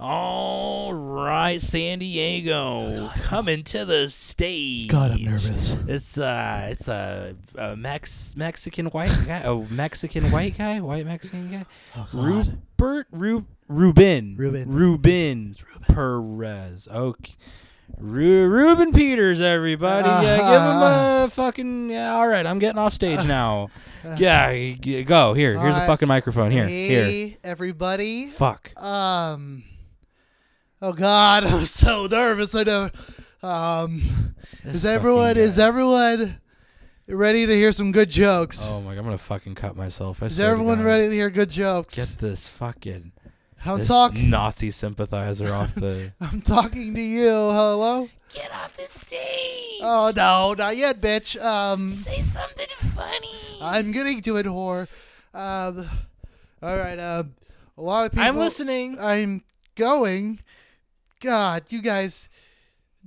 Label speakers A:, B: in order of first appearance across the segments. A: All right, San Diego, coming to the stage.
B: God, I'm nervous.
A: It's uh, it's a, a Mex Mexican white guy, a Mexican white guy, white Mexican guy,
B: Oh, God.
A: Rupert Ru- Rubin,
B: Rubin.
A: Rubin Perez. Okay. Ru- Ruben Peters, everybody, yeah, give him
B: Uh-huh.
A: a fucking. Yeah, all right, I'm getting off stage now. Yeah, y- go here. Here's a
B: Alright.
A: fucking microphone. Here, here.
B: Hey, everybody.
A: Fuck.
B: Um. Oh God, I'm so nervous. I know. Um.
A: This
B: is
A: fucking
B: everyone?
A: guy.
B: Is everyone ready to hear some good jokes?
A: Oh my god, I'm gonna fucking cut myself. I
B: is
A: swear to
B: everyone
A: God.
B: ready to hear good jokes?
A: Get this fucking
B: I'm
A: this
B: talking.
A: Nazi sympathizer off the.
B: I'm talking to you. Hello.
A: Get off the stage.
B: Oh no, not yet, bitch. Um.
A: Say something funny.
B: I'm getting to it, whore. Um. All right. Um. A lot of people. uh,
A: I'm listening.
B: I'm going. God, you guys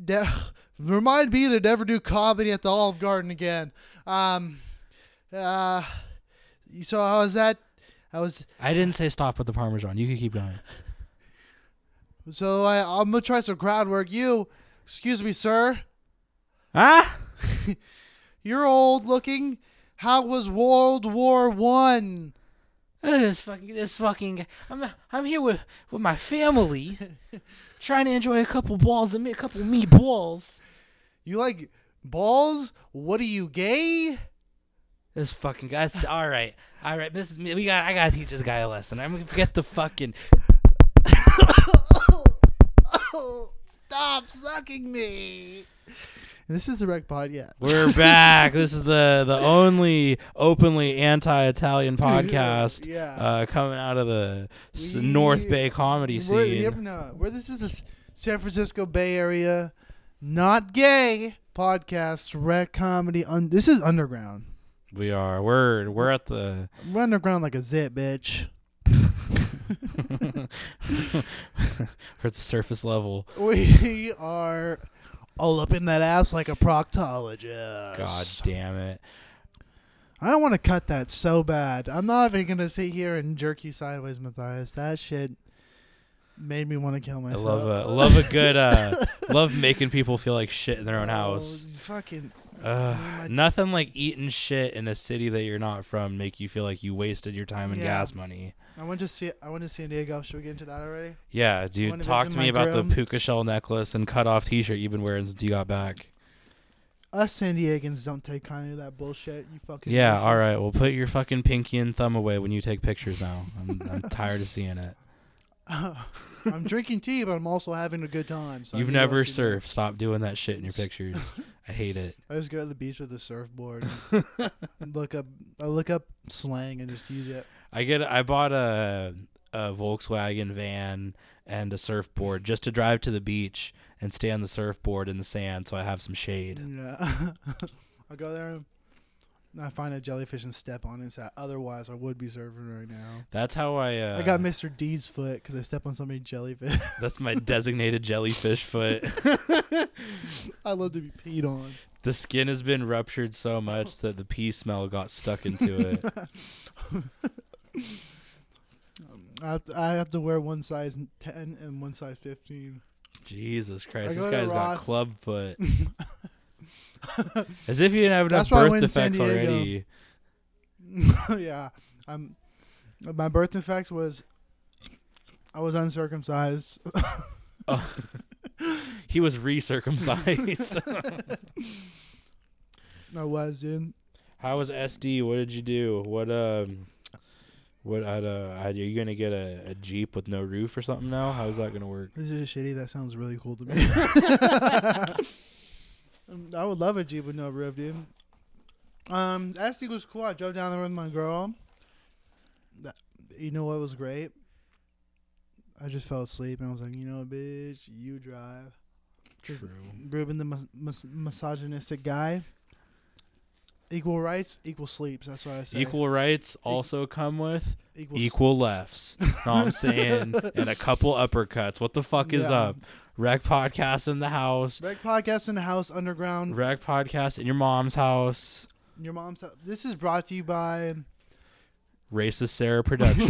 B: ne- remind me to never do comedy at the Olive Garden again. Um, uh, so I was at, I was,
A: I didn't say stop with the parmesan. You can keep going.
B: so I, I'm gonna try some crowd work. You, excuse me, sir,
A: Ah,
B: you're old looking. How was World War One?
A: this fucking this fucking. guy. I'm I'm here with with my family, trying to enjoy a couple balls and a couple meatballs.
B: You like balls? What are you gay?
A: This fucking guy. that's- All right, all right. This is me. We got. I gotta teach this guy a lesson. I'm gonna forget the fucking.
B: Stop sucking me. This is the wreck pod yet.
A: We're back. this is the the only openly anti-Italian podcast
B: Yeah.
A: uh, coming out of the s-
B: We-
A: North Bay comedy
B: We're,
A: scene.
B: yep, no, we're- this is a S- San Francisco Bay Area, not gay podcast, rec comedy. Un- this is underground.
A: We are. We're we're at the.
B: We're underground like a zit, bitch.
A: we're at the surface level.
B: We are all up in that ass like a proctologist.
A: God damn it.
B: I want to cut that so bad. I'm not even going to sit here and jerk you sideways, Matthias. That shit made me want to kill
A: I
B: myself.
A: love a love a good uh love making people feel like shit in their own house.
B: Oh, fucking.
A: Ugh, nothing like eating shit in a city that you're not from make you feel like you wasted your time and
B: Yeah.
A: gas money.
B: I went to see. I went to San Diego. Should we get into that already?
A: Yeah, dude,
B: Wanna
A: talk
B: visit
A: to
B: my
A: me about the
B: grim?
A: puka shell necklace and cut off t-shirt you've been wearing since you got back.
B: Us San Diegans don't take kindly to that bullshit. You fucking.
A: Yeah, all right. Well, put your fucking pinky and thumb away when you take pictures now. I'm, I'm tired of seeing it.
B: I'm drinking tea, but I'm also having a good time. So I
A: You've
B: need to
A: never
B: let you know.
A: surfed. Stop doing that shit in your pictures. I hate it.
B: I just go to the beach with a surfboard. And look up. I look up slang and just use it.
A: I get. I bought a a Volkswagen van and a surfboard just to drive to the beach and stay on the surfboard in the sand so I have some shade.
B: Yeah. I go there. and I find a jellyfish and step on it. So otherwise, I would be surfing right now.
A: That's how I. Uh,
B: I got Mr. D's foot because I stepped on so many jellyfish.
A: That's my designated jellyfish foot.
B: I love to be peed on.
A: the skin has been ruptured so much that the pee smell got stuck into it.
B: I have to, I have to wear one size ten and one size fifteen.
A: Jesus Christ,
B: I
A: this
B: go to
A: guy's got
B: Ross-
A: club foot. As if he didn't have enough
B: That's why I
A: birth
B: went to San
A: defects
B: Diego.
A: already.
B: yeah, I'm. My birth defect was I was uncircumcised.
A: He was recircumcised.
B: I was, dude.
A: How was SD? What did you do? What um, what I uh, are you gonna get a, a Jeep with no roof or something now? How's that gonna work?
B: This is shitty. That sounds really cool to me. Um, I would love a Jeep with no roof, dude. Um, SD was cool. I drove down there with my girl. That, you know what was great? I just fell asleep and I was like, you know what, bitch, you drive. True. Ruben, the mis- mis- misogynistic guy. Equal rights, equal sleeps. That's what I say.
A: Equal rights also come with
B: equal, s-
A: equal lefts. know what I'm saying? And a couple uppercuts. What the fuck is
B: Yeah.
A: up? Rec podcast in the house.
B: Rec podcast in the house underground.
A: Rec podcast in your mom's house.
B: Your mom's. house. This is brought to you by.
A: Racist Sarah Productions.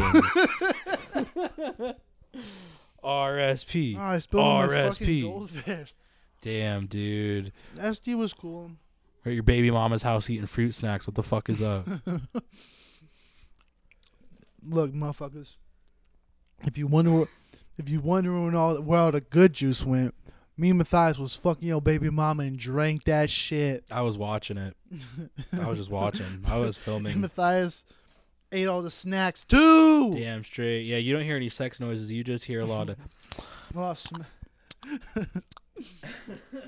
A: RSP.
B: Oh, I spilled on my fucking
A: RSP.
B: goldfish.
A: Damn, dude.
B: SD was cool.
A: Or your baby mama's house eating fruit snacks. What the fuck is up?
B: Look, motherfuckers. If you wonder, where, if you wondering all where all the good juice went, me and Matthias was fucking your baby mama and drank that shit.
A: I was watching it. I was just watching. I was
B: And
A: filming.
B: Matthias ate all the snacks too.
A: Damn straight. Yeah, you don't hear any sex noises. You just hear a lot of.
B: Oh, sm-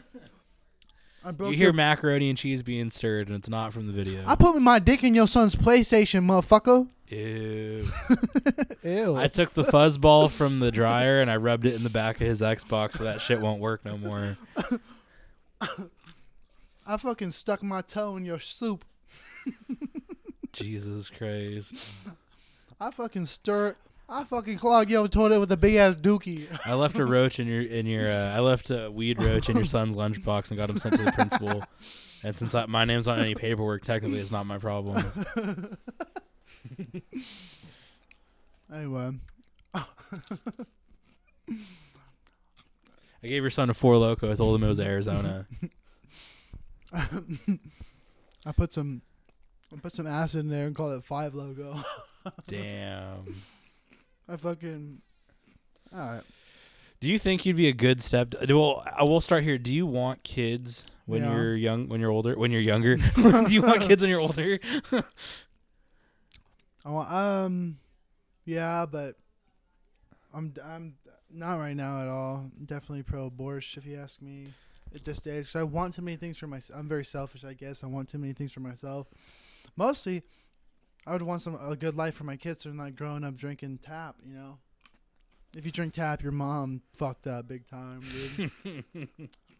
B: I broke
A: You
B: your-
A: hear macaroni and cheese being stirred, and it's not from the video.
B: I put my dick in your son's PlayStation, motherfucker.
A: Ew.
B: Ew.
A: I took the fuzzball from the dryer and I rubbed it in the back of his Xbox, so that shit won't work no more.
B: I fucking stuck my toe in your soup.
A: Jesus Christ.
B: I fucking stir. I fucking clog your toilet with a big ass dookie.
A: I left a roach in your in your. Uh, I left a weed roach in your son's lunchbox and got him sent to the principal. And since I, my name's not on any paperwork, technically it's not my problem.
B: Anyway,
A: I gave your son a four loco. I told him it was Arizona.
B: I put some, I put some acid in there and call it Five Logo.
A: Damn.
B: I fucking. All right.
A: Do you think you'd be a good step? Well, I will start here. Do you want kids when
B: Yeah.
A: you're young? When you're older? When you're younger? Do you want kids when you're older?
B: I want, um, yeah, but I'm I'm not right now at all. I'm definitely pro-abortion, if you ask me. At this stage, because I want too many things for myself. I'm very selfish, I guess. I want too many things for myself. Mostly, I would want some a good life for my kids. So they're not growing up drinking tap. You know, if you drink tap, your mom fucked up big time, dude.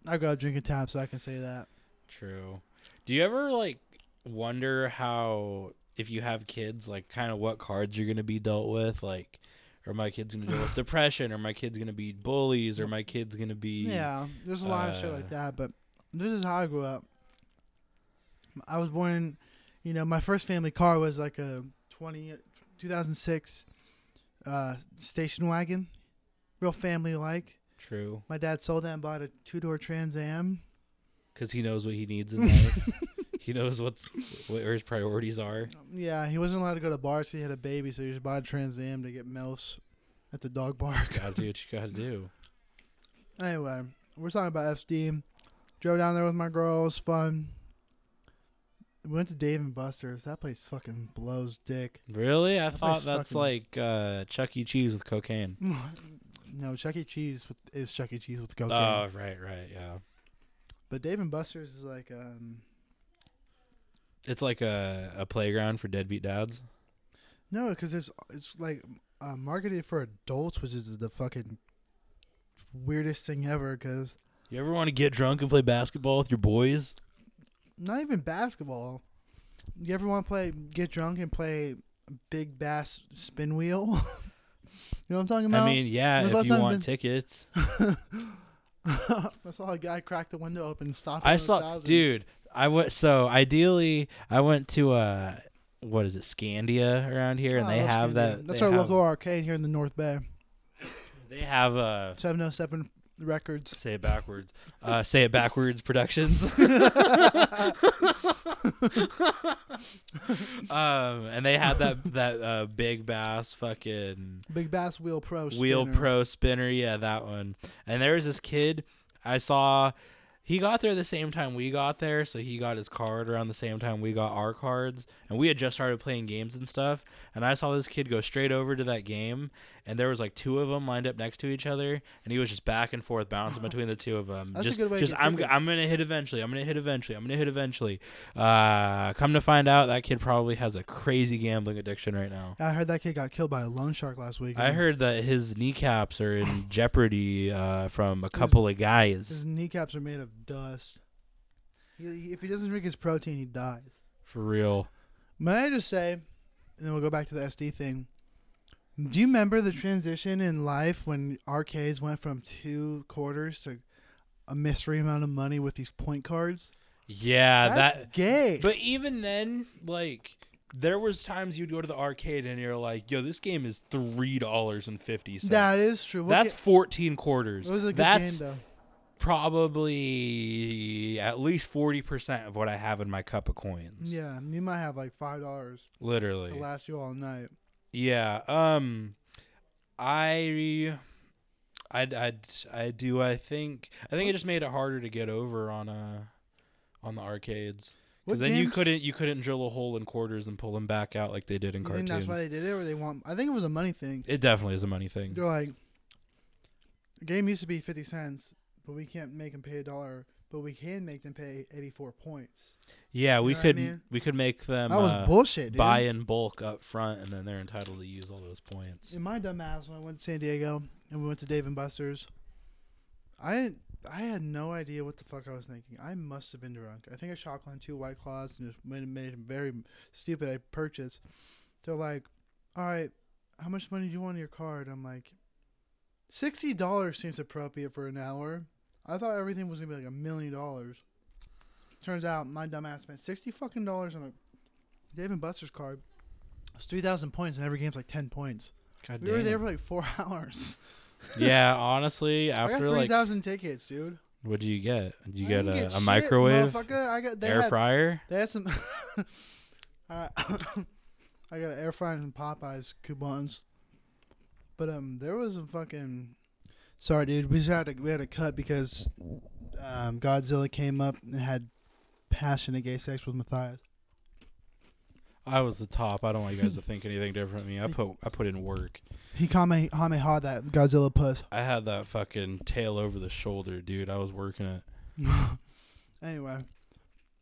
B: I grew up drinking tap, so I can say that.
A: True. Do you ever like wonder how if you have kids, like kind of what cards you're gonna be dealt with? Like, are my kids gonna deal with depression? Are my kids gonna be bullies? Are my kids gonna be?
B: Yeah, there's a lot of shit
A: uh,
B: like that, but this is how I grew up. I was born, in, you know, my first family car was like a 20, 2006 uh, station wagon, real family like.
A: True.
B: My dad sold that and bought a two door Trans Am.
A: Because he knows what he needs in life. he knows what's what where his priorities are.
B: Yeah, he wasn't allowed to go to bars, so he had a baby, so he just bought a Trans Am to get mouse at the dog park.
A: Gotta do what you gotta do.
B: Anyway, we're talking about FD. Drove down there with my girls, fun. We went to Dave and Buster's. That place fucking blows dick.
A: Really? I
B: That
A: thought
B: place
A: that's
B: fucking-
A: like uh, Chuck E. Cheese with cocaine.
B: no, Chuck E. Cheese with, is Chuck E. Cheese with cocaine.
A: Oh, right, right, yeah.
B: but Dave and Buster's is like, um,
A: It's like a, a playground for deadbeat dads.
B: no, because it's it's like uh, marketed for adults, which is the fucking weirdest thing ever. Because
A: You ever want to get drunk and play basketball with your boys?
B: not even basketball. You ever want to play get drunk and play big bass spin wheel? you know what I'm talking about?
A: I mean, yeah,
B: when's the
A: if
B: last
A: you
B: time
A: want
B: been-
A: tickets.
B: I saw a guy crack the window open and stop.
A: I saw, dude. I went so ideally. I went to uh, what is it, Scandia around here, and they have that.
B: Oh, That's
A: they
B: our
A: have-
B: local arcade here in the North Bay.
A: They have uh,
B: 707 Records.
A: say it backwards. uh, say it backwards productions. um, and they had that that uh, big bass fucking
B: Big Bass Wheel Pro.
A: wheel
B: spinner.
A: pro spinner yeah that one and there was this kid i saw he got there the same time we got there so he got his card around the same time we got our cards and we had just started playing games and stuff and i saw this kid go straight over to that game and there was like two of them lined up next to each other and he was just back and forth bouncing between the two of them
B: That's a
A: just,
B: good way to
A: just
B: get
A: I'm,
B: tickets.
A: I'm gonna hit eventually i'm gonna hit eventually i'm gonna hit eventually uh, come to find out that kid probably has a crazy gambling addiction right now
B: I heard that kid got killed by a loan shark last week.
A: I heard that his kneecaps are in jeopardy uh, from a couple of
B: his
A: guys.
B: kneecaps are made of dust. He, he- if he doesn't drink his protein, he dies.
A: For real.
B: May I just say, and then we'll go back to the SD thing. Do you remember the transition in life when arcades went from two quarters to a mystery amount of money with these point cards?
A: Yeah,
B: That's
A: that.
B: gay.
A: But even then, like there was times you'd go to the arcade and you're like, "Yo, this game is three dollars and fifty cents."
B: That is true. What
A: That's
B: ga-
A: fourteen quarters.
B: it was a good
A: That's
B: game though.
A: probably at least forty percent of what I have in my cup of coins.
B: Yeah, you might have like five dollars to
A: literally.
B: last you all night.
A: Yeah. Um, I, I, I, I do. I think. I think it just made it harder to get over on uh, on the arcades.
B: What
A: Because then you
B: games-
A: couldn't you couldn't drill a hole in quarters and pull them back out like they did in
B: You
A: cartoons.
B: think that's why they did it, or they want? I think it was a money thing.
A: it definitely is a money thing.
B: They're like, the game used to be fifty cents, but we can't make them pay a dollar, but we can make them pay eighty-four points.
A: Yeah, we
B: know what I
A: could
B: mean?
A: we could make them
B: that was
A: uh,
B: bullshit, dude.
A: buy in bulk up front, and then they're entitled to use all those points.
B: In my dumb ass, when I went to San Diego and we went to Dave and Buster's, I didn't- I had no idea what the fuck I was thinking. I must have been drunk. I think I shot on two White Claws and just made, made a very stupid purchase. They're like, all right, how much money do you want on your card? I'm like, $60 seems appropriate for an hour. I thought everything was going to be like a million dollars. Turns out my dumb ass spent 60 fucking dollars on a Dave and Buster's card. It's 3,000 points and every game's like 10 points.
A: God
B: We were
A: damn.
B: there for like four hours.
A: yeah, honestly,
B: I got
A: after
B: three
A: like,
B: thousand tickets, dude.
A: what do you get? Did you
B: I
A: get
B: didn't
A: a,
B: get
A: a
B: shit,
A: microwave,
B: motherfucker. I got they
A: air
B: had,
A: fryer?
B: They had some. I I got an air fryer and some Popeyes coupons, but um, there was some fucking. Sorry, dude. We just had to we had to cut because um, Godzilla came up and had passionate gay sex with Matthias.
A: I was the top. I don't want you guys to think anything different of me. I put I put in work.
B: He kame kamehameha that Godzilla puss.
A: I had that fucking tail over the shoulder, dude. I was working it.
B: anyway,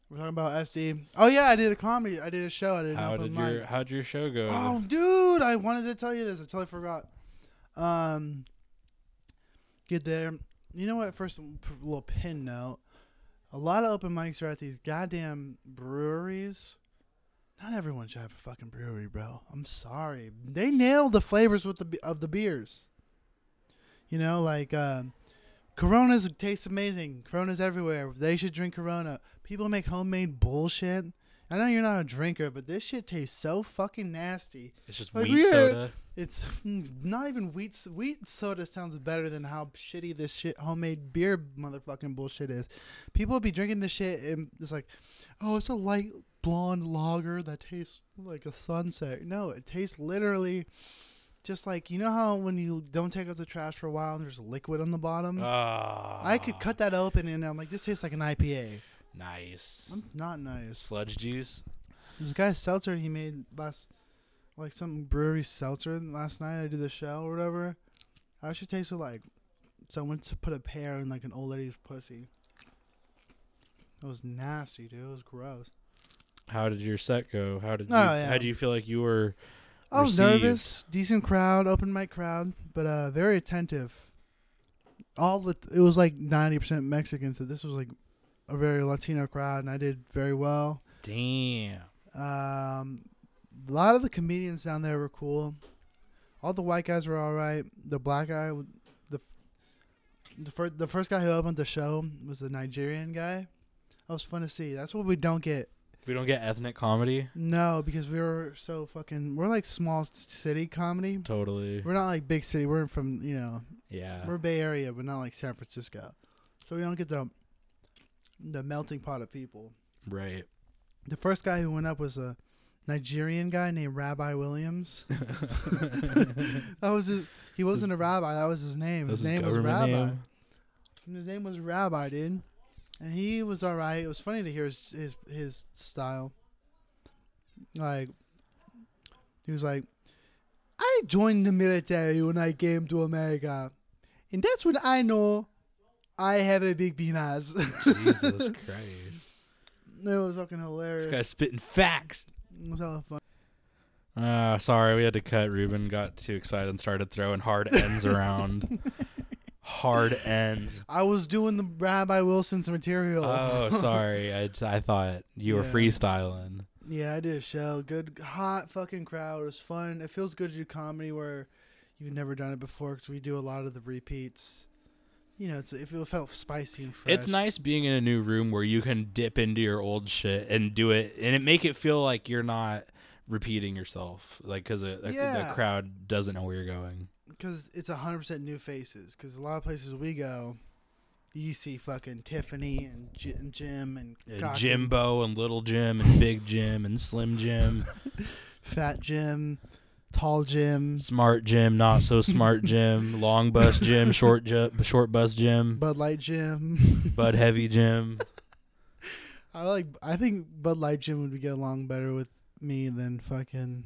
B: we're talking about SD. Oh yeah, I did a comedy. I did a show. I did an
A: How
B: open
A: did
B: mic.
A: your how'd your show go?
B: Oh, dude, I wanted to tell you this. I totally forgot. Um, get there. You know what? First, p- little pin note. A lot of open mics are at these goddamn breweries. Not everyone should have a fucking brewery, bro. I'm sorry. They nail the flavors with the be- of the beers. You know, like um, Coronas taste amazing. Coronas everywhere. They should drink Corona. People make homemade bullshit. I know you're not a drinker, but this shit tastes so fucking nasty.
A: It's just
B: Like,
A: wheat
B: we had-
A: soda.
B: It's not even wheat. s- Wheat soda sounds better than how shitty this shit homemade beer motherfucking bullshit is. People be drinking this shit and it's like, oh, it's a light blonde lager that tastes like a sunset. No, it tastes literally just like you know how when you don't take out the trash for a while and there's liquid on the bottom.
A: Ah,
B: Mm. I could cut that open and I'm like, this tastes like an IPA.
A: Nice
B: I'm not nice.
A: sludge juice.
B: This guy's seltzer he made last, like some brewery seltzer last night. I did the show or whatever. I actually tasted like someone to put a pear in like an old lady's pussy. It was nasty, dude. It was gross.
A: How did your set go? How did you,
B: Oh, yeah.
A: how do you feel like you were?
B: I was
A: Received.
B: nervous. Decent crowd, open mic crowd, but uh, very attentive. All the it was like ninety percent Mexican, so this was like a very Latino crowd, and I did very well.
A: Damn.
B: Um, a lot of the comedians down there were cool. All the white guys were all right. The black guy, w- the f- the first the first guy who opened the show was the Nigerian guy. That was fun to see. That's what we don't get.
A: We don't get ethnic comedy.
B: No, because we were so fucking. We're like small s- city comedy.
A: Totally.
B: We're not like big city. We're from you know
A: Yeah.
B: we're Bay Area, but not like San Francisco. So we don't get the the melting pot of people.
A: Right.
B: The first guy who went up was a Nigerian guy named Rabbi Williams. that was his, he wasn't a rabbi. That was his name.
A: That's
B: His
A: his
B: name was
A: government
B: Rabbi.
A: name.
B: His name was Rabbi, dude. And he was all right. It was funny to hear his his, his style. Like he was like, I joined the military when I came to America, and that's when I know I have a big penis.
A: Jesus Christ.
B: it was fucking hilarious.
A: This guy's spitting facts.
B: It was hella fun.
A: Uh, sorry, we had to cut. Ruben got too excited and started throwing hard ends around. Hard ends.
B: I was doing the Rabbi Wilson's material.
A: Oh, sorry. I, I thought you were
B: Yeah.
A: freestyling.
B: Yeah, I did a show. Good, hot fucking crowd. It was fun. It feels good to do comedy where you've never done it before because we do a lot of the repeats. You know, it's it felt- felt spicy and fresh.
A: It's nice being in a new room where you can dip into your old shit and do it, and it make it feel like you're not repeating yourself, like because the
B: Yeah.
A: crowd doesn't know where you're going.
B: because it's hundred percent new faces. Because a lot of places we go, you see fucking Tiffany and, J- and Jim and,
A: And
B: Cocky,
A: Jimbo and Little Jim and Big Jim and Slim Jim,
B: Fat Jim, Tall Jim,
A: Smart Jim, Not So Smart Jim, Long Bus Jim, Short ju- Short Bus Jim,
B: Bud Light Jim.
A: Bud Heavy Jim.
B: I like. I think Bud Light Jim would get along better with me than fucking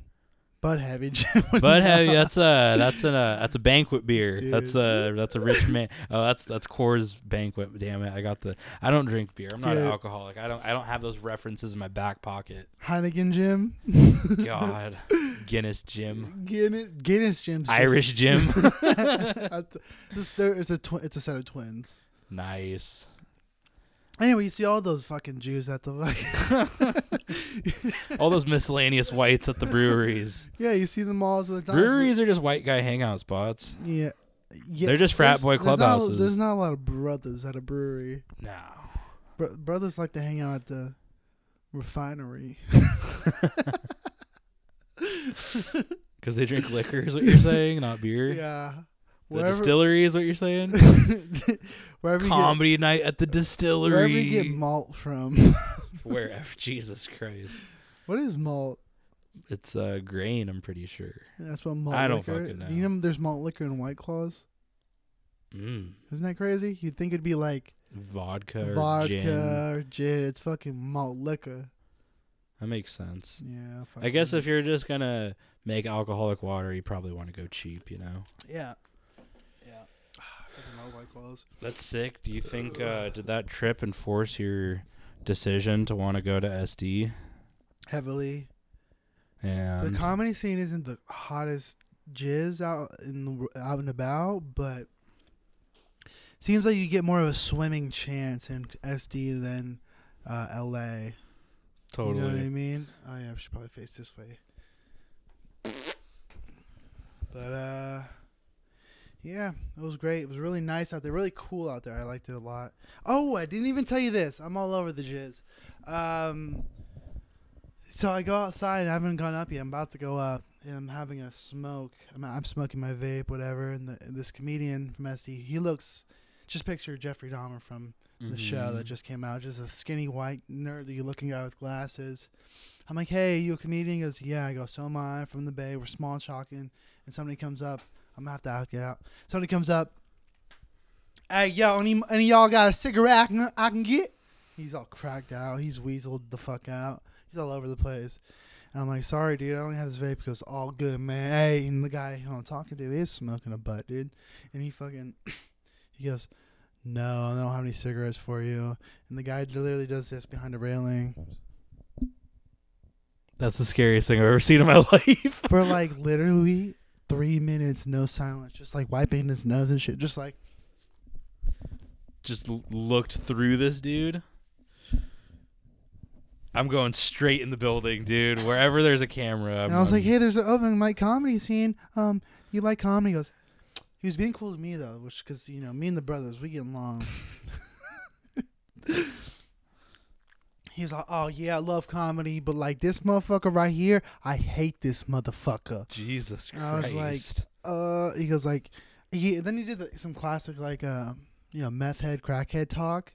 B: Bud Heavy Jim. would
A: Bud
B: not.
A: Heavy, that's a that's an uh, that's a banquet beer.
B: Dude.
A: That's a that's a rich man. Oh, that's that's Coors banquet. Damn it, I got the. I don't drink beer. I'm not an
B: Dude.
A: alcoholic. I don't I don't have those references in my back pocket.
B: Heineken Jim.
A: God, Guinness Jim,
B: Guinness, Guinness Jim's just-
A: Irish Jim.
B: That's- this- there- it's a twi- it's a set of twins.
A: nice.
B: Anyway, you see all those fucking Jews at the fucking
A: All those miscellaneous whites at the breweries.
B: yeah. You see them all as the
A: Breweries are just white guy hangout spots.
B: Yeah. yeah.
A: They're just frat
B: there's-
A: boy
B: there's not a-
A: clubhouses.
B: There's not a lot of brothers at a brewery.
A: No.
B: Bro- brothers like to hang out at the refinery.
A: Because they drink liquor, is what you're saying, not beer.
B: Yeah.
A: The distillery is what you're saying.
B: wherever, you get,
A: Comedy night at the
B: wherever
A: distillery.
B: you get malt from.
A: Wherever, Jesus Christ.
B: what is malt?
A: It's uh, grain, I'm pretty sure.
B: That's what malt
A: I don't
B: liquor.
A: fucking
B: Do you know there's malt liquor in White Claws?
A: Mm.
B: Isn't that crazy? You'd think it'd be like
A: Vodka or
B: vodka
A: gin.
B: or gin. It's fucking malt liquor.
A: That makes sense.
B: Yeah.
A: I guess
B: fucking-
A: if you're just going to make alcoholic water, you probably want to go cheap, you know?
B: Yeah. Yeah. I fucking love White Claws.
A: That's sick. Do you think, uh, did that trip enforce your decision to want to go to SD?
B: Heavily. the
A: And
B: comedy scene isn't the hottest jizz out in the, wor- out and about, but seems like you get more of a swimming chance in SD than uh, LA.
A: totally.
B: You know what I mean? Oh yeah, I should probably face this way. But uh yeah, it was great. It was really nice out there, really cool out there. I liked it a lot. Oh, I didn't even tell you this. I'm all over the jizz. Um so I go outside. I haven't gone up yet. I'm about to go up, and I'm having a smoke. I'm, I'm smoking my vape, whatever. And the, this comedian from SD, he looks. Just picture Jeffrey Dahmer from the show that
A: Mhm.
B: just came out. Just a skinny white nerdy looking guy with glasses. I'm like, hey, you a comedian? He goes, yeah. I go, so am I. From the Bay, we're small talking. And somebody comes up. I'm gonna have to ask it out. Somebody comes up. Hey, yo, any any y'all got a cigarette I can, I can get? He's all cracked out. He's weaseled the fuck out. He's all over the place. And I'm like, sorry, dude. I only have this vape. He goes, all good, man. Hey, and the guy who I'm talking to is smoking a butt, dude. And he fucking, he goes, no, I don't have any cigarettes for you. And the guy literally does this behind a railing
A: That's the scariest thing I've ever seen in my life.
B: for like literally three minutes, no silence, just like wiping his nose and shit, just like
A: just l- looked through this dude. I'm going straight in the building, dude. Wherever there's a camera. I'm,
B: And I was like,
A: I'm-
B: "Hey, there's an open mic comedy scene. Um, you like comedy?" He goes, "He was being cool to me though, which because you know me and the brothers we get along." He was like, "Oh yeah, I love comedy, but like this motherfucker right here, I hate this motherfucker."
A: Jesus Christ.
B: I was like, Uh, he goes like, he then he did the, some classic like uh, you know, meth head, crackhead talk,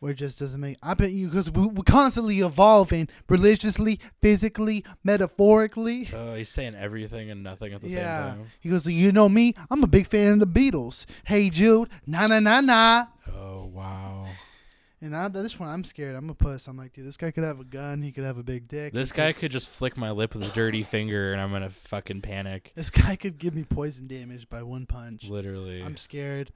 B: where it just doesn't make. I bet you because we, we're constantly evolving religiously, physically, metaphorically.
A: oh, he's saying everything and nothing at the
B: Yeah.
A: same time.
B: He goes, you know me, I'm a big fan of the Beatles. Hey Jude, na na na na.
A: Oh, wow.
B: And I, this one, I'm scared. I'm a puss. I'm like, dude, this guy could have a gun. He could have a big dick.
A: This
B: He
A: guy
B: could-
A: could just flick my lip with his dirty finger and I'm going to fucking panic.
B: this guy could give me poison damage by one punch.
A: Literally.
B: I'm scared.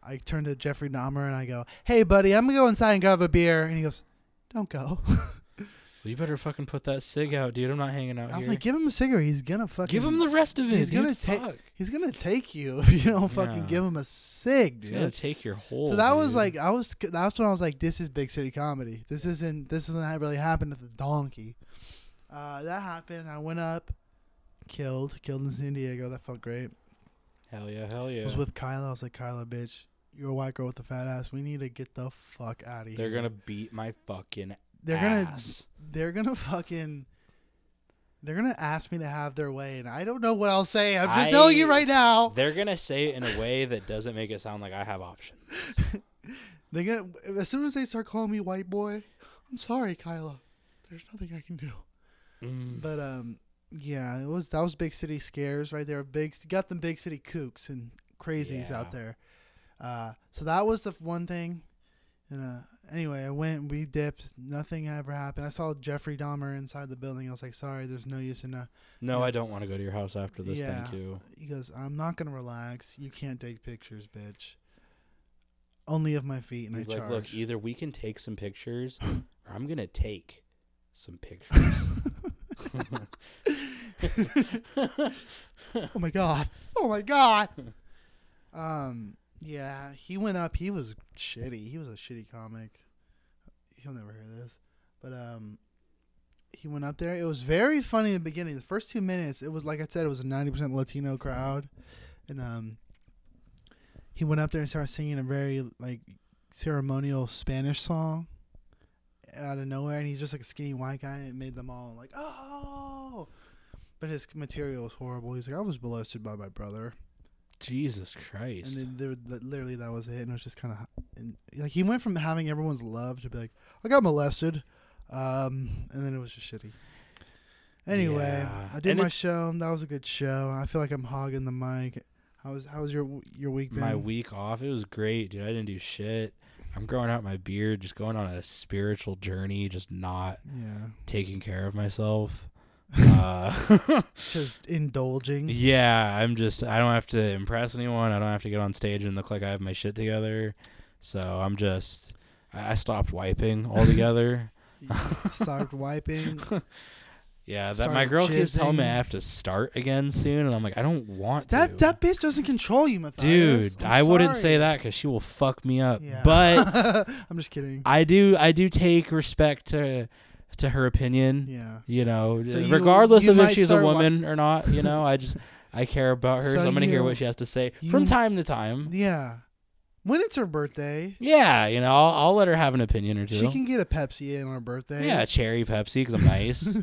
B: I turn to Jeffrey Dahmer and I go, hey buddy, I'm gonna go inside and grab a beer. And he goes, don't go.
A: Oh, you better fucking put that cig out, dude. I'm not hanging out
B: I'm
A: here.
B: like, give him a cigarette. He's gonna fucking
A: Give him the rest of it.
B: He's
A: dude.
B: gonna ta-
A: Fuck.
B: He's gonna take you if you don't fucking
A: Yeah.
B: give him a cig,
A: He's
B: dude.
A: gonna take your whole.
B: So that was
A: dude.
B: like I was that's when I was like, this is big city comedy. This isn't this isn't that really happened at the donkey. Uh, that happened. I went up, killed, killed in San Diego. That felt great.
A: hell yeah, hell yeah.
B: I was with Kyla. I was like, Kyla, bitch, you're a white girl with a fat ass. We need to get the fuck out of here.
A: They're gonna beat my fucking
B: they're
A: ass.
B: gonna they're gonna fucking They're gonna ask me to have their way, and I don't know what I'll say. I'm just telling you
A: I-
B: right now.
A: They're gonna say it in a way that doesn't make it sound like I have options.
B: They get as soon as they start calling me white boy. I'm sorry, Kyla. There's nothing I can do.
A: Mm.
B: But um, yeah, it was that was big city scares right there. Big got them big city kooks and crazies
A: Yeah.
B: out there. Uh, so that was the f- one thing. And uh, anyway, I went. We dipped. Nothing ever happened. I saw Jeffrey Dahmer inside the building. I was like, sorry, there's no use in. Uh,
A: No, I don't want to go to your house after this. Thank
B: Yeah.
A: you.
B: he goes, I'm not gonna relax. You can't take pictures, bitch. Only of my feet, and
A: He's
B: I
A: like,
B: charge.
A: look, either we can take some pictures, or I'm gonna take some pictures.
B: oh my god. Oh my god. Um. Yeah, he went up. He was shitty. He was a shitty comic. He'll never hear this, but um, he went up there. It was very funny in the beginning. The first two minutes, it was like I said, it was a ninety percent Latino crowd, and um, he went up there and started singing a very like ceremonial Spanish song out of nowhere, and he's just like a skinny white guy, and it made them all like, oh. But his material was horrible. He's like, I was molested by my brother.
A: Jesus Christ.
B: And then there, li- literally that was it, and it was just kind of like he went from having everyone's love to be like, I got molested, um, and then it was just shitty. Anyway,
A: Yeah.
B: I did
A: And
B: my
A: it's-
B: show. That was a good show. I feel like I'm hogging the mic. How was how was your your week been?
A: my week off. It was great, dude. I didn't do shit. I'm growing out my beard, just going on a spiritual journey, just not
B: Yeah,
A: taking care of myself. Uh,
B: just indulging.
A: yeah, I'm just. I don't have to impress anyone. I don't have to get on stage and look like I have my shit together. So I'm just. I I stopped wiping altogether.
B: Start wiping.
A: yeah, that my
B: Started
A: girl keeps telling me
B: jizzing.
A: I have to start again soon, and I'm like, I don't want
B: That
A: to.
B: that bitch doesn't control you, Matthias.
A: Dude,
B: I'm
A: I wouldn't
B: sorry.
A: say that because she will fuck me up.
B: Yeah.
A: But
B: I'm just kidding.
A: I do I do take respect to to her opinion.
B: Yeah.
A: You know, uh,
B: So you-
A: regardless
B: you
A: of if
B: might
A: she's a
B: start wa-
A: woman or not, you know, I just I care about her, so,
B: So
A: I'm gonna hear
B: you-
A: what she has to say
B: you-
A: from time to time.
B: Yeah. When it's her birthday,
A: Yeah, you know, I'll, I'll let her have an opinion or two.
B: she can get a Pepsi on her birthday.
A: yeah, cherry Pepsi because I'm nice,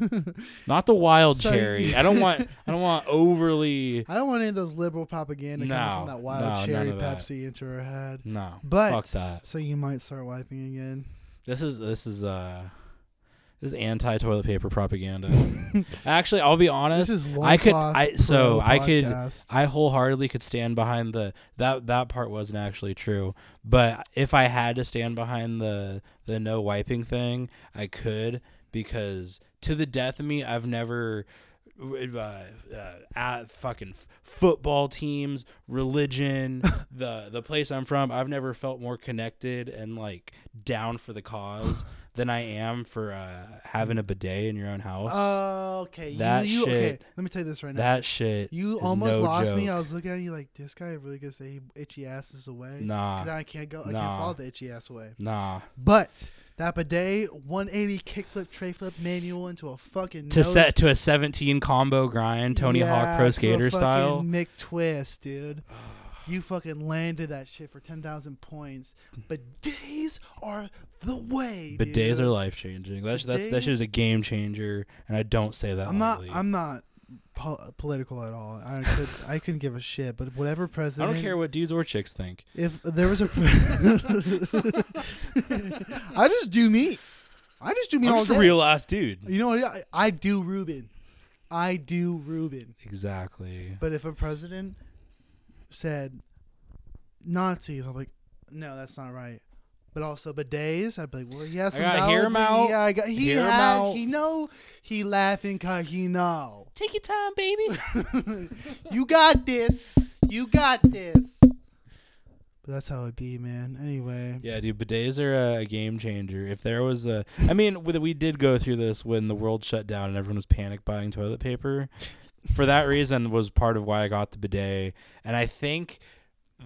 A: not the wild
B: So
A: cherry.
B: you-
A: I don't want I don't want overly
B: I don't want any of those liberal propaganda coming from
A: No,
B: that wild
A: no,
B: cherry
A: none of that.
B: Pepsi into her head.
A: no.
B: But
A: fuck that.
B: so you might start wiping again.
A: This is this is uh this is anti toilet paper propaganda. Actually, I'll be honest.
B: This is
A: I could
B: Loincloth
A: I so
B: Pro
A: I could
B: podcast.
A: I wholeheartedly could stand behind the that that part wasn't actually true, but if I had to stand behind the the no wiping thing, I could because to the death of me, I've never uh, uh, at fucking f- football teams, religion, the the place I'm from, I've never felt more connected and like down for the cause than I am for uh, having a bidet in your own house.
B: Oh, okay.
A: That
B: you, you, Okay,
A: shit-
B: let me tell you this right now.
A: that shit.
B: you
A: is
B: almost
A: no
B: lost me.
A: joke.
B: I was looking at you like this guy really gonna say itchy asses away.
A: Nah.
B: 'Cause I can't go. I can't
A: Nah.
B: follow the itchy ass away.
A: Nah.
B: But that bidet, 180 kickflip, tray flip, manual into a fucking
A: to
B: nose
A: set to a 17 combo grind Tony
B: Yeah,
A: Hawk pro
B: to a
A: skater
B: fucking
A: style.
B: Mick Twist, dude. You fucking landed that shit for ten thousand points. But days are the way.
A: But days
B: dude.
A: are life changing. That's that's that
B: Bidets-
A: shit is a game changer, and I don't say that.
B: I'm not.
A: lightly.
B: I'm not po- political at all. I could. I couldn't give a shit. But whatever
A: I
B: president.
A: don't care what dudes or chicks think.
B: If there was a. I just do me. I just do me
A: I'm
B: all
A: just
B: day.
A: a real ass dude.
B: you know what? I, I do Ruben. I do Ruben.
A: Exactly.
B: But if a president said Nazis, I'm like, no, that's not right. But also bidets, I'd be like, well, yes,
A: I gotta hear him out.
B: Yeah, I got, he
A: Hear him
B: had-
A: out.
B: he know, he laughing 'cause he know.
A: Take your time, baby.
B: you got this, you got this. But that's how it be, man. Anyway,
A: yeah, dude. Bidets are a, a game changer. If there was a, I mean, we, we did go through this when the world shut down and everyone was panic buying toilet paper. For that reason, was part of why I got the bidet, and I think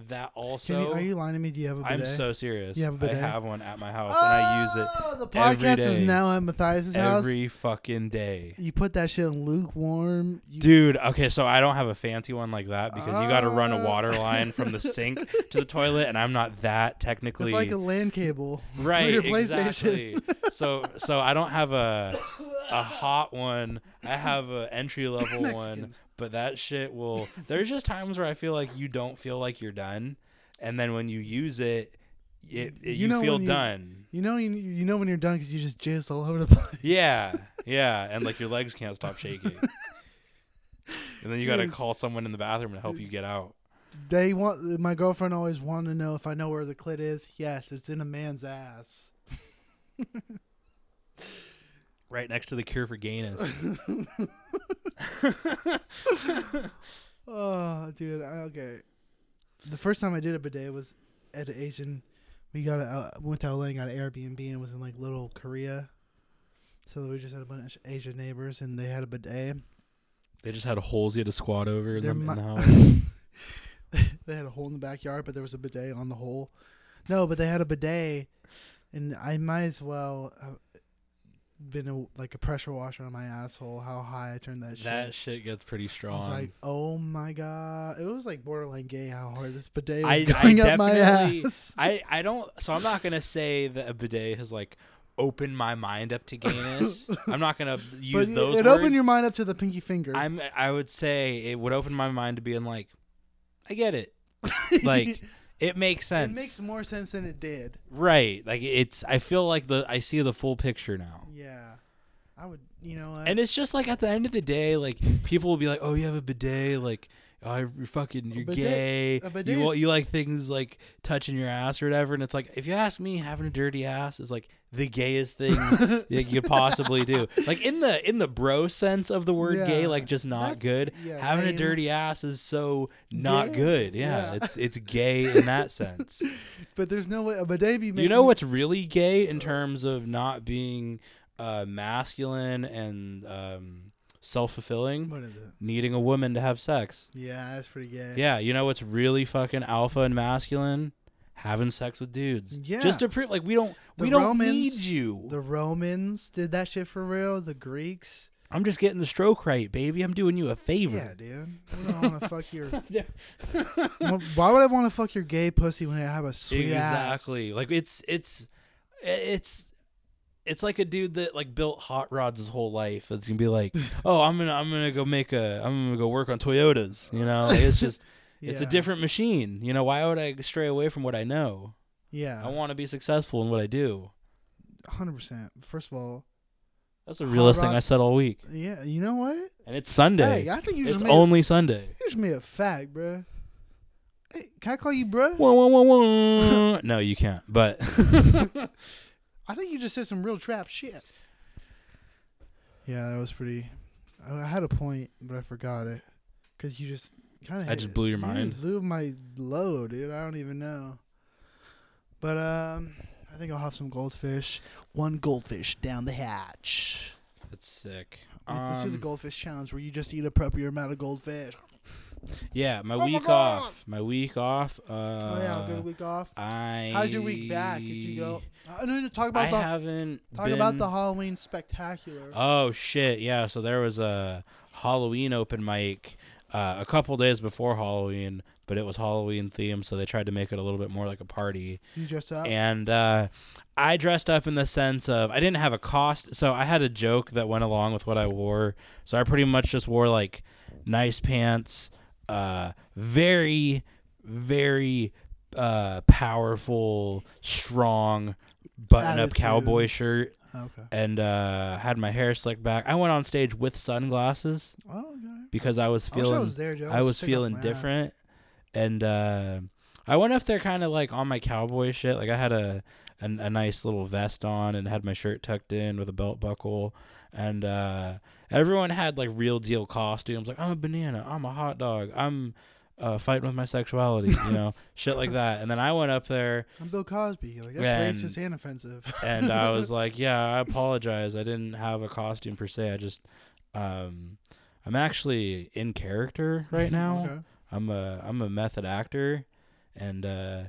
A: that also.
B: Jenny, are you lying to me? Do you have a bidet?
A: I'm so serious.
B: You have a bidet?
A: I have one at my house
B: oh,
A: and I use it
B: The
A: every
B: podcast is
A: day.
B: now at Matthias's house.
A: every fucking day.
B: You put that shit on lukewarm. You
A: Dude, okay, so I don't have a fancy one like that because you got to run a
B: Ah.
A: water line from the sink to the toilet, and I'm not that technically
B: It's like a LAN cable.
A: right.
B: your
A: exactly.
B: PlayStation.
A: so, so I don't have a a hot one. I have an entry level one,
B: Mexicans.
A: but that shit will. There's just times where I feel like you don't feel like you're done, and then when you use it, it, it
B: You
A: you,
B: know
A: feel
B: when you-
A: done.
B: You know, you, you know when you're done because you just jizz all over the place.
A: Yeah, yeah, and like your legs can't stop shaking. And then you gotta
B: Dude.
A: call someone in the bathroom to help you get out.
B: They want my girlfriend always wanted to know if I know where the clit is. Yes, it's in a man's ass.
A: Right next to the cure for gayness.
B: Oh, dude. I, okay. The first time I did a bidet was at an Asian. We got a, uh, went to LA and got an Airbnb and it was in like little Korea. So we just had a bunch of Asian neighbors and they had a bidet.
A: they just had holes you had to squat over in the,
B: There
A: in
B: mi-
A: the house.
B: they had a hole in the backyard, but there was a bidet on the hole. No, but they had a bidet, and I might as well have been a, like a pressure washer on my asshole. How high I turned that shit.
A: That shit gets pretty
B: I was
A: strong.
B: like, oh my god! It was like borderline gay how hard this bidet
A: I-
B: was
A: I
B: going up my
A: definitely-
B: ass.
A: I, I don't so I'm not gonna say that a bidet has like opened my mind up to gayness. I'm not gonna use
B: but
A: those
B: it
A: words.
B: opened your mind up to the pinky finger.
A: I'm I would say it would open my mind to being like, I get it. Like it makes sense.
B: it makes more sense than it did.
A: right. Like it's I feel like the I see the full picture now.
B: Yeah, I would. You know what?
A: And it's just like at the end of the day, like people will be like, "Oh, you have a bidet," like, "Oh, you're fucking, you're
B: bidet-
A: gay."
B: a bidet
A: You
B: is-
A: you like things like touching your ass or whatever. And it's like, if you ask me, having a dirty ass is like the gayest thing that you could possibly do. Like in the in the bro sense of the word
B: Yeah.
A: "gay," like just not
B: That's-
A: good.
B: yeah,
A: having
B: lame.
A: a dirty ass is so not
B: Gay.
A: good. Yeah,
B: Yeah.
A: it's it's gay in that sense.
B: but there's no way a bidet be making
A: You know what's really gay in terms of not being uh, masculine and um, self fulfilling?
B: What is it?
A: Needing a woman to have sex.
B: Yeah, that's pretty gay.
A: Yeah, you know what's really fucking alpha and masculine? Having sex with dudes.
B: Yeah.
A: Just to prove, like we don't,
B: The
A: we don't need
B: Romans-
A: you.
B: The Romans did that shit for real. The Greeks.
A: I'm just getting the stroke right, baby. I'm doing you a
B: Yeah,
A: favor.
B: dude. I don't want to fuck your. Why would I want to fuck your gay pussy when I have a sweet ass?
A: exactly. Like it's it's it's it's like a dude that like built hot rods his whole life. That's gonna be like, oh, I'm gonna I'm gonna go make a I'm gonna go work on Toyotas. You know, Like, it's just it's a
B: Yeah.
A: different machine. You know, why would I stray away from what I know? I
B: Yeah,
A: want to be successful in what I do.
B: hundred percent. First of all,
A: That's the
B: Hot
A: realest thing
B: rod-
A: I said all week,
B: yeah. You know what?
A: and it's Sunday.
B: Hey, I think you just
A: it's
B: made
A: only Sunday.
B: you just made a fact, bruh. Hey, can I call you bruh?
A: Wah, wah, wah, wah. no, you can't. But
B: I think you just said some real trap shit. Yeah, that was pretty. I I had a point, but I forgot it because you just kind of.
A: I just blew your mind.
B: Blew my load, dude. I don't even know. But um, I think I'll have some goldfish. One goldfish down the hatch.
A: that's sick.
B: Like, Let's do the
A: Um,
B: goldfish challenge where you just eat a proper amount of goldfish.
A: Yeah, my
B: Oh my
A: week
B: God.
A: off. My week off. Uh,
B: oh yeah, good week off.
A: I.
B: How's your week back? Did you go? Uh, no, no, talk
A: I
B: about the
A: haven't.
B: talk
A: been-
B: about the Halloween spectacular.
A: Oh shit! Yeah, so there was a Halloween open mic uh, a couple days before Halloween, but it was Halloween themed, so they tried to make it a little bit more like a party.
B: you dressed up.
A: And uh, I dressed up in the sense of I didn't have a cost, so I had a joke that went along with what I wore. So I pretty much just wore like nice pants, uh, very, very uh, powerful, strong button-up
B: Attitude.
A: cowboy shirt,
B: okay.
A: and uh, had my hair slicked back. I went on stage with sunglasses
B: Oh, okay.
A: because I was
B: I wish
A: feeling
B: I was there, dude.
A: I was
B: sick off
A: feeling
B: my ass.
A: different, and uh, I went up there kind of like on my cowboy shit. Like I had a, a a nice little vest on and had my shirt tucked in with a belt buckle, and uh, everyone had like real deal costumes. Like I'm a banana, I'm a hot dog, I'm uh, fighting with my sexuality, you know, shit like that. And then I went up there
B: I'm Bill Cosby. Like that's
A: And-
B: racist and offensive.
A: and I was like, yeah, I apologize. I didn't have a costume per se. I just um, I'm actually in character right now.
B: Okay.
A: I'm a I'm a method actor, and uh,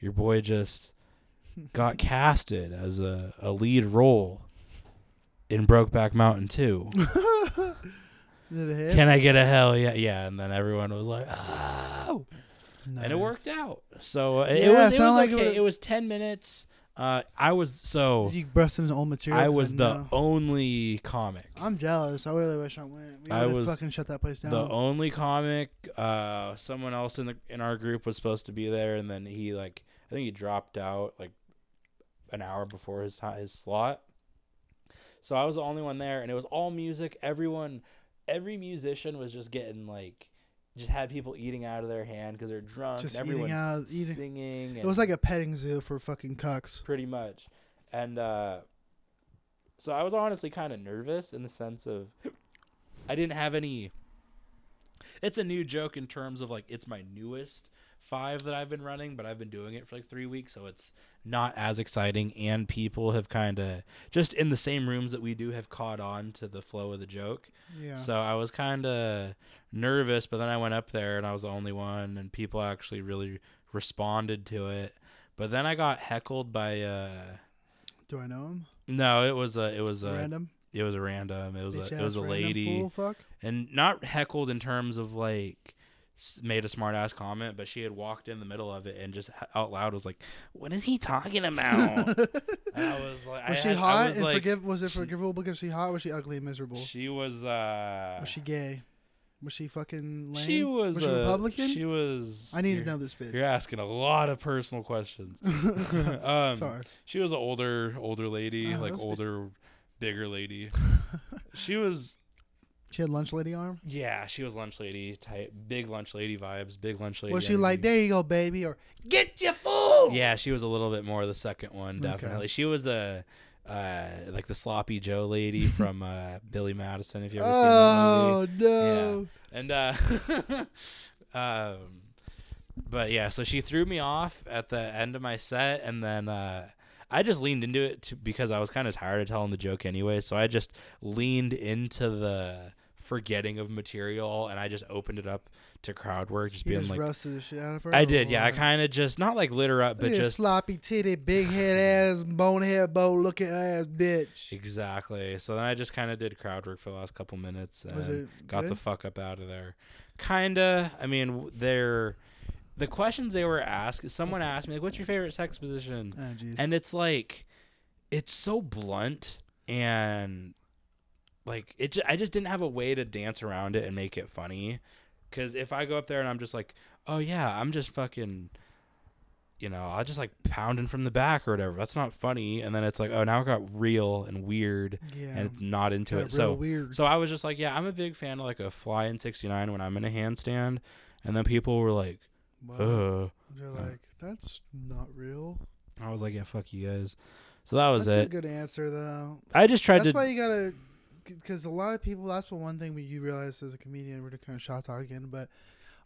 A: your boy just got casted as a, a lead role in Brokeback Mountain Two.
B: Did it hit?
A: Can I get a hell yeah yeah? And then everyone was like, oh, and it
B: Nice.
A: worked out. So uh, it
B: Yeah,
A: was it
B: sound
A: was
B: like it
A: okay.
B: would've-
A: it was ten minutes. Uh, I was so
B: Did you bust into old material?
A: I
B: 'Cause
A: was the
B: know.
A: only comic.
B: I'm jealous. I really wish I went. We
A: I
B: would have
A: was
B: fucking shut that place down.
A: the only comic. Uh, someone else in the in our group was supposed to be there, and then he like I think he dropped out like an hour before his time, his slot. So I was the only one there, and it was all music. Everyone, every musician was just getting like, just had people eating out of their hand because they're drunk.
B: Just
A: and
B: eating
A: everyone's
B: out- eating-
A: singing. And
B: it was like a petting zoo for fucking cucks.
A: pretty much and uh so i was honestly kind of nervous in the sense of i didn't have any it's a new joke in terms of like it's my newest five that i've been running but i've been doing it for like three weeks so it's not as exciting and people have kind of just in the same rooms that we do have caught on to the flow of the joke
B: Yeah.
A: so I was kind of nervous, but then I went up there and I was the only one, and people actually really responded to it. But then I got heckled by uh
B: Do I know him?
A: no, it was a it was a
B: Random.
A: it was a random. It was a
B: Bitch
A: it was a
B: ass random
A: lady,
B: Fool, fuck.
A: and not heckled in terms of like s- made a smart ass comment, but she had walked in the middle of it and just h- out loud was like, "What is he talking about?" I was like,
B: Was
A: I
B: she
A: had- I
B: hot
A: was
B: and
A: like,
B: forgive? Was it
A: she-
B: forgivable because she hot? Was she ugly and miserable?
A: She was uh
B: was she gay? Was she fucking lame?
A: She was,
B: she
A: a-
B: Republican?
A: She was.
B: I need
A: you're-
B: to know this bitch.
A: You're asking a lot of personal questions. um,
B: Sorry.
A: She was an older, older lady,
B: Oh,
A: like
B: that's big.
A: older, bigger lady. she was,
B: She had lunch lady arm.
A: yeah, she was lunch lady type, big lunch lady vibes, big lunch lady.
B: Was she like,
A: energy.
B: "There you go, baby," or "Get your fool"?
A: Yeah, she was a little bit more the second one,
B: Okay.
A: definitely. She was the, uh, like the sloppy Joe lady from uh, Billy Madison. If you ever seen that movie.
B: Oh no!
A: And uh um but yeah, so she threw me off at the end of my set and then uh I just leaned into it to, because I was kind of tired of telling the joke anyway, so I just leaned into the forgetting of material and I just opened it up to crowd work just
B: You
A: being
B: just
A: like
B: roasted the shit out of her.
A: I did, yeah. I
B: Alright.
A: kind of just not like litter up, but
B: Look at this
A: just
B: sloppy titty, big head ass, bonehead bow looking ass bitch.
A: exactly. So then I just kind of did crowd work for the last couple minutes. And
B: Was it
A: got the
B: good?
A: fuck up out of there. Kinda. I mean, w- they're the questions they were asked. Someone asked me like, "What's your favorite sex position?"
B: Oh, jeez.
A: And it's like, it's so blunt and like it. Ju- I just didn't have a way to dance around it and make it funny. Because if I go up there and I'm just like, "Oh yeah, I'm just fucking." You know, I just like pounding from the back or whatever. That's not funny. And then it's like, oh, now it got real and weird,
B: yeah,
A: and it's not into
B: got
A: it.
B: real
A: So
B: weird.
A: so I was just like, yeah, I'm a big fan of like a fly in 69 when I'm in a handstand. And then people were like,
B: Wow.
A: ugh.
B: You're like, that's not real.
A: I was like, yeah, fuck you guys. So that was
B: that's a
A: it.
B: good answer though.
A: I just tried
B: That's
A: to.
B: why you gotta, because a lot of people. That's what one thing we you realize as a comedian. We're kind of shot talking, but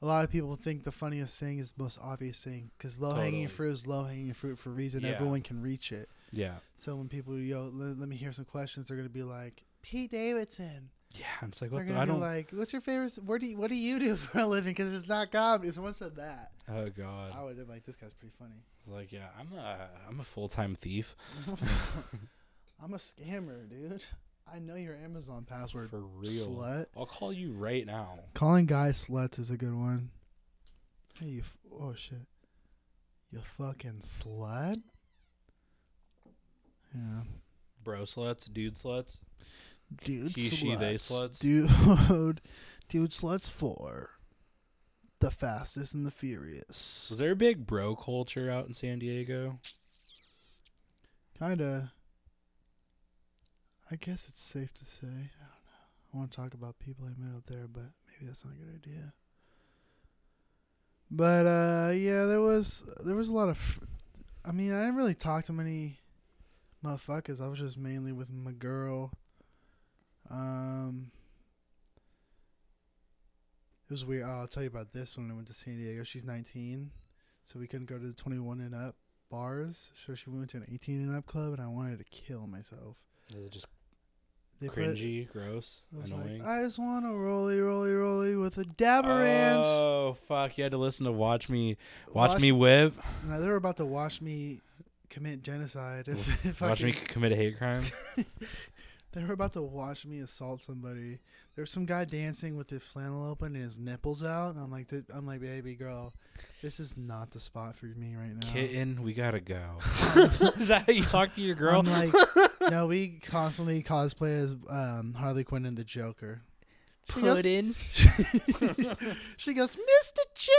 B: a lot of people think the funniest thing is the most obvious thing. Because low hanging
A: Totally.
B: fruit is low hanging fruit for a reason.
A: Yeah.
B: Everyone can reach it.
A: yeah.
B: So when people yo, le- let, me hear some questions, they're gonna be like, Pete Davidson.
A: Yeah. I'm just like,
B: They're
A: what the?
B: gonna
A: I
B: be
A: don't.
B: like, what's your favorite? s- Where do you, what do you do for a living? Because it's not comedy. If someone said that,
A: oh, God. I
B: I would have been like, this guy's pretty funny.
A: was like, yeah, I'm a, I'm a full time thief.
B: I'm a scammer, dude. I know your Amazon password.
A: For real.
B: Slut.
A: I'll call you right now.
B: Calling guys sluts is a good one. Hey, you. F- oh shit. You fucking slut. Yeah.
A: Bro sluts, dude sluts.
B: Dude
A: He,
B: sluts.
A: she, they sluts?
B: Dude, dude sluts four. The fastest and the furious.
A: Was there a big bro culture out in San Diego?
B: Kinda. I guess it's safe to say. I don't know. I want to talk about people I met up there, but maybe that's not a good idea. But uh, yeah, there was there was a lot of. Fr- I mean, I didn't really talk to many motherfuckers. I was just mainly with my girl. Um. It was weird. Oh, I'll tell you about this when I went to San Diego. She's 19, so we couldn't go to the 21 and up bars. So she went to an 18 and up club, and I wanted to kill myself.
A: Is it just
B: They put-
A: cringy, gross,
B: I was
A: annoying?
B: like, I just want to rolly, rolly, rolly with a dab of ranch.
A: oh fuck! You had to listen to watch me, watch,
B: Watch-
A: me whip,
B: Now they were about to watch me commit genocide. If, if I
A: watch me
B: could-
A: commit a hate crime.
B: They were about to watch me assault somebody. There was some guy dancing with his flannel open and his nipples out. And I'm like, "Th- I'm like, baby girl, this is not the spot for me right now.
A: Kitten, we gotta go. Is that how you talk to your girl?
B: I'm like, no, we constantly cosplay as um, Harley Quinn and the Joker. She goes,
A: Puddin',
B: she goes, Mr. J,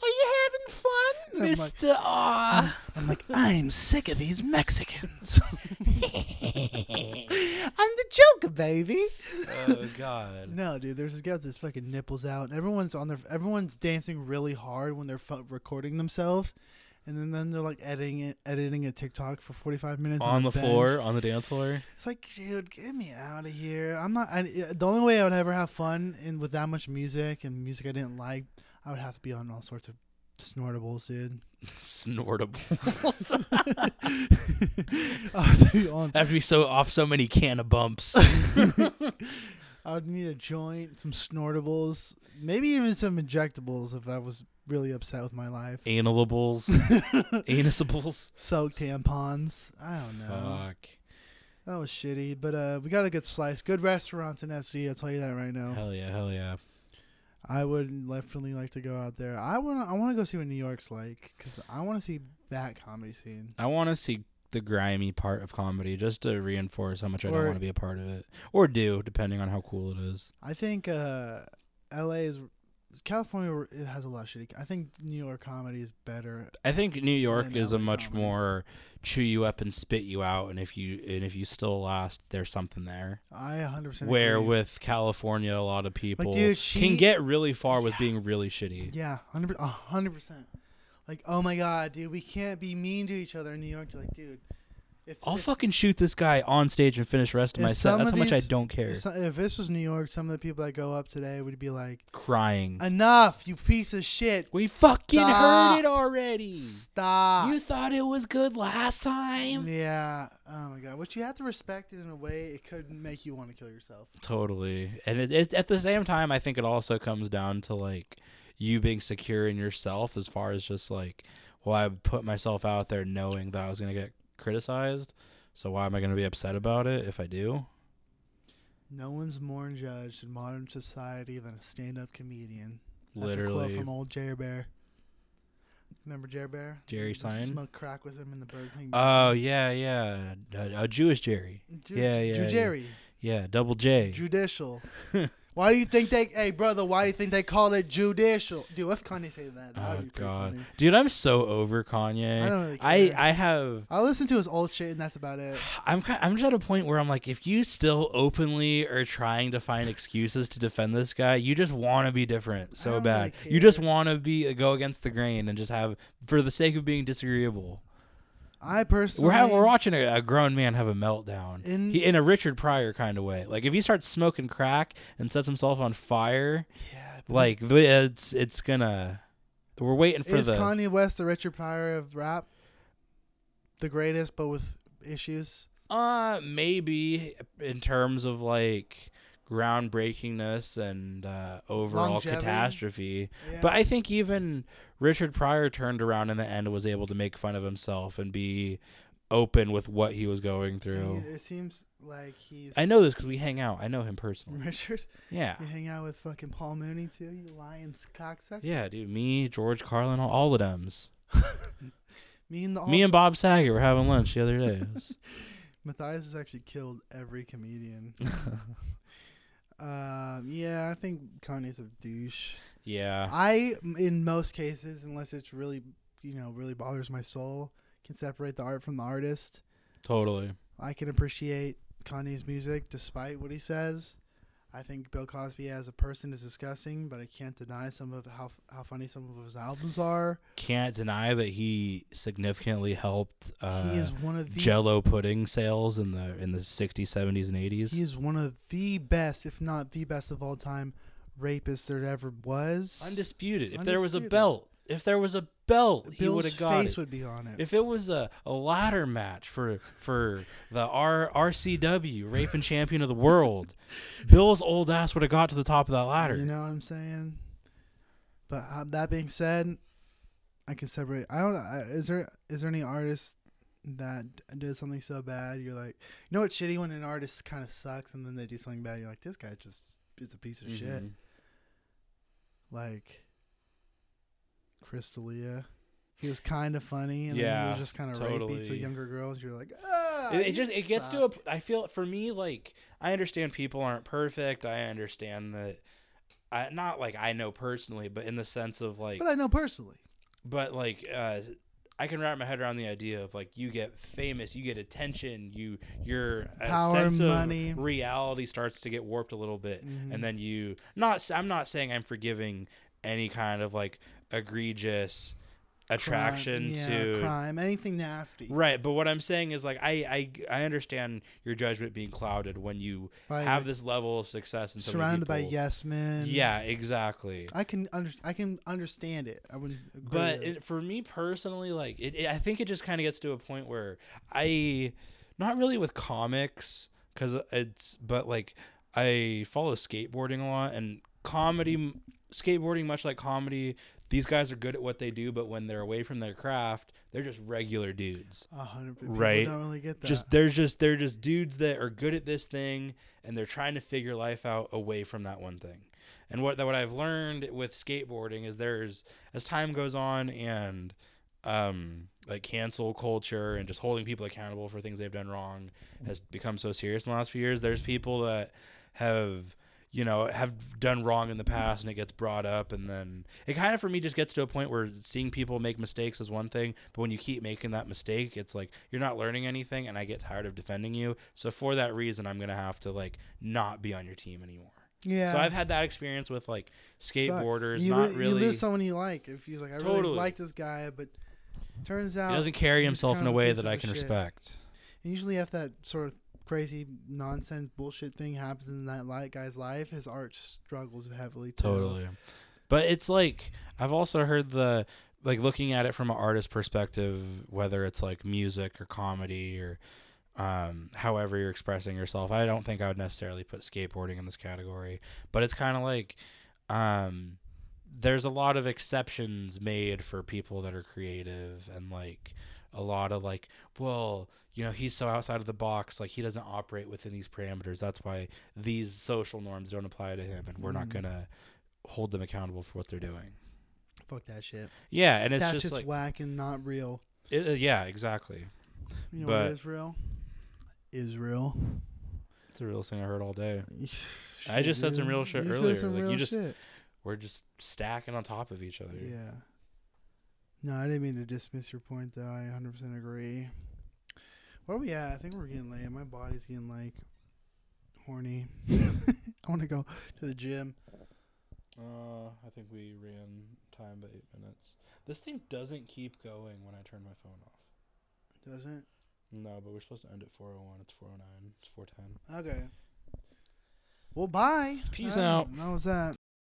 B: are you having fun? And I'm like-
A: Mr. R.
B: I'm like, I'm sick of these Mexicans. I'm the Joker, baby.
A: oh God.
B: No, dude, there's this guy with his fucking nipples out, and everyone's on their, everyone's dancing really hard when they're fu- recording themselves, and then, then they're like editing it, editing a TikTok for 45 minutes
A: On the
B: bench.
A: floor, on the dance floor.
B: It's like, dude, get me out of here. I'm not. I, the only way I would ever have fun and with that much music and music I didn't like, I would have to be on all sorts of snortables, dude.
A: Snortable.
B: I would be on.
A: I have to be so off so many can of bumps.
B: I would need a joint, some snortables, maybe even some injectables if I was really upset with my life.
A: Analables. Anusables.
B: Soaked tampons. I don't know.
A: Fuck.
B: That was shitty, but uh, we got a good slice. Good restaurants in SD. I'll tell you that right now.
A: Hell yeah, hell yeah.
B: I would definitely like to go out there. I want. I want to go see what New York's like because I want to see that comedy scene.
A: I want to see the grimy part of comedy just to reinforce how much I don't
B: Or-
A: want to be a part of it. Or do, depending on how cool it is.
B: I think uh, L.A. is California it has a lot of shitty. I think New York comedy is better.
A: I think New York
B: Than
A: is a
B: LA
A: much
B: comedy.
A: more chew you up and spit you out and if you and if you still last there's something there.
B: I 100 percent
A: Where with California, a lot of people
B: dude, she-
A: can get really far with being really shitty.
B: yeah, 100 percent. Like, oh my god, dude, we can't be mean to each other in New York. You're like, dude, if
A: I'll
B: if-
A: fucking shoot this guy on stage and finish rest of
B: And
A: my set.
B: some
A: That's
B: of
A: how much I
B: these-
A: don't care.
B: if so- if this was New York, some of the people that go up today would be like,
A: Crying.
B: enough, you piece of shit.
A: we fucking
B: Stop.
A: heard it already.
B: Stop.
A: You thought it was good last time.
B: Yeah. Oh my god. Which you have to respect it in a way it could make you want to kill yourself.
A: Totally. And it, it, at the same time, I think it also comes down to like you being secure in yourself as far as just like, well, I put myself out there knowing that I was going to get criticized. So why am I going to be upset about it if I do?
B: No one's more judged in modern society than a stand-up comedian. That's a quote
A: Literally.
B: from old Jerry Bear. Remember Jerry Bear?
A: Jerry
B: Used to
A: Seinfeld?
B: Smoke crack with him in the Burger King.
A: Oh, yeah, yeah. A, a Jewish Jerry.
B: Ju-
A: yeah, yeah,
B: Ju-
A: yeah.
B: Jerry.
A: Yeah, double J.
B: Judicial. why do you think they? Hey, brother. Why do you think they call it judicial? Dude, if Kanye say that, that
A: Oh
B: would be pretty
A: god,
B: funny.
A: dude, I'm so over Kanye.
B: I don't really
A: I
B: care.
A: I have
B: I listen to his old shit, and that's about it.
A: I'm ki I'm just at a point where I'm like, if you still openly are trying to find excuses to defend this guy, you just want to be different so
B: don't
A: bad.
B: really
A: you just
B: care.
A: want to be uh, go against the grain and just have for the sake of being disagreeable.
B: I personally.
A: We're ha- we're watching a, a grown man have a meltdown
B: In-
A: he, in a Richard Pryor kind of way. Like if he starts smoking crack and sets himself on fire,
B: Yeah, but
A: like th- it's it's gonna. We're waiting for
B: is
A: the.
B: Kanye West the Richard Pryor of rap? The greatest, but with issues.
A: Uh, maybe in terms of like groundbreakingness and uh, overall
B: Longevity?
A: catastrophe.
B: Yeah.
A: But I think even Richard Pryor turned around in the end and was able to make fun of himself and be open with what he was going
B: And
A: through.
B: he- it seems like he's.
A: I know this because we hang out. I know him personally.
B: Richard.
A: Yeah.
B: You hang out with fucking Paul Mooney too. You lying cocksucker.
A: Yeah, dude. Me, George Carlin, all- all of them's.
B: Me and the
A: Me and Bob Saget were having lunch the other day. It was-
B: Matthias has actually killed every comedian. um, yeah, I think Kanye's a douche.
A: yeah.
B: I, in most cases, unless it's really, you know, really bothers my soul, can separate the art from the artist.
A: Totally.
B: I can appreciate Kanye's music despite what he says. I think Bill Cosby as a person is disgusting, but I can't deny some of how how funny some of his albums are.
A: Can't deny that he significantly helped. Uh,
B: he is one of the
A: jello pudding sales in the in the 60s 70s and 80s
B: he is one of the best, if not the best of all time, rapist there ever was.
A: undisputed if there was a
B: Undisputed.
A: belt if there was a belt he
B: Bill's
A: would have got
B: face
A: it.
B: would be on it.
A: if it was a, a ladder match for for the R, RCW raping champion of the world Bill's old ass would have got to the top of that ladder
B: You know what I'm saying? But uh, that being said, I can separate. I don't. I, is there is there any artist that did something so bad. You're like, you know what's shitty when an artist kind of sucks and then they do something bad. You're like, this guy just is a piece of shit.
A: Mhm.
B: Like, Crystalia. He was kind of funny, and then he
A: Yeah,
B: was just kind of rapey to
A: totally.
B: younger girls. You're like, ah,
A: It, it
B: you
A: just it gets
B: suck."
A: to a. p- I feel for me like I understand people aren't perfect. I understand that. I, not like I know personally, but in the sense of like,
B: But I know personally.
A: but like uh I can wrap my head around the idea of like you get famous, you get attention, you your uh,
B: Power,
A: sense of
B: money.
A: reality starts to get warped a little bit,
B: Mhm.
A: and then you not. s- I'm not saying I'm forgiving any kind of like egregious attraction
B: crime,
A: to
B: yeah, crime, anything nasty.
A: right, but what I'm saying is like I I I understand your judgment being clouded when you
B: By-
A: have this level of success and so many
B: surrounded by
A: people-
B: yes men.
A: Yeah, exactly.
B: I can under, I can understand it. I would. Agree
A: but
B: with it.
A: it, for me personally like it, it- i think it just kind of gets to a point where i not really with comics because it's but like i follow skateboarding a lot and comedy skateboarding much like comedy these guys are good at what they do but when they're away from their craft they're just regular dudes
B: A hundred people
A: Right.
B: Don't really get that.
A: just they're just they're just dudes that are good at this thing and they're trying to figure life out away from that one thing and what what i've learned with skateboarding is there's as time goes on and um like cancel culture and just holding people accountable for things they've done wrong has become so serious in the last few years there's people that have you know have done wrong in the past and it gets brought up and then it kind of for me just gets to a point where seeing people make mistakes is one thing but when you keep making that mistake it's like you're not learning anything and i get tired of defending you so for that reason i'm gonna have to like not be on your team anymore
B: yeah.
A: so i've had that experience with like
B: sucks.
A: skateboarders
B: You
A: not
B: lo-
A: really
B: You lose someone you like if you like. I really
A: Totally.
B: like this guy, but turns
A: he
B: out
A: doesn't carry
B: he's
A: himself in
B: kind
A: a
B: of a
A: way
B: piece
A: that
B: of
A: i
B: a
A: can
B: shit.
A: respect
B: And usually, if that sort of crazy nonsense bullshit thing happens in that li guy's life, his art struggles heavily. Too.
A: Totally. But it's like I've also heard the like looking at it from an artist perspective, whether it's like music or comedy or um, however you're expressing yourself. I don't think I would necessarily put skateboarding in this category, but it's kind of like um, there's a lot of exceptions made for people that are creative and like a lot of like, well, you know, he's so outside of the box, like he doesn't operate within these parameters. That's why these social norms don't apply to him, and we're not
B: Mm.
A: gonna hold them accountable for what they're doing.
B: Fuck that shit.
A: Yeah, and it's
B: That's
A: just
B: just
A: like,
B: whack and not real.
A: it, uh, yeah, exactly.
B: You know
A: But-
B: what is real? Israel.
A: It's the realest thing I heard all day. I just said some real shit
B: You said
A: earlier,
B: some
A: like, you
B: real
A: just-
B: shit.
A: We're just stacking on top of each other.
B: Yeah. No, I didn't mean to dismiss your point, though. I 100% agree. Where are we at? I think we're getting late. My body's getting like horny. I want to go to the gym.
A: Uh, I think we ran time by eight minutes. This thing doesn't keep going when I turn my phone off.
B: Doesn't?
A: No, but we're supposed to end at 4:01. It's 4:09. It's 4:10.
B: Okay. Well, bye.
A: Peace
B: All
A: out.
B: That was that.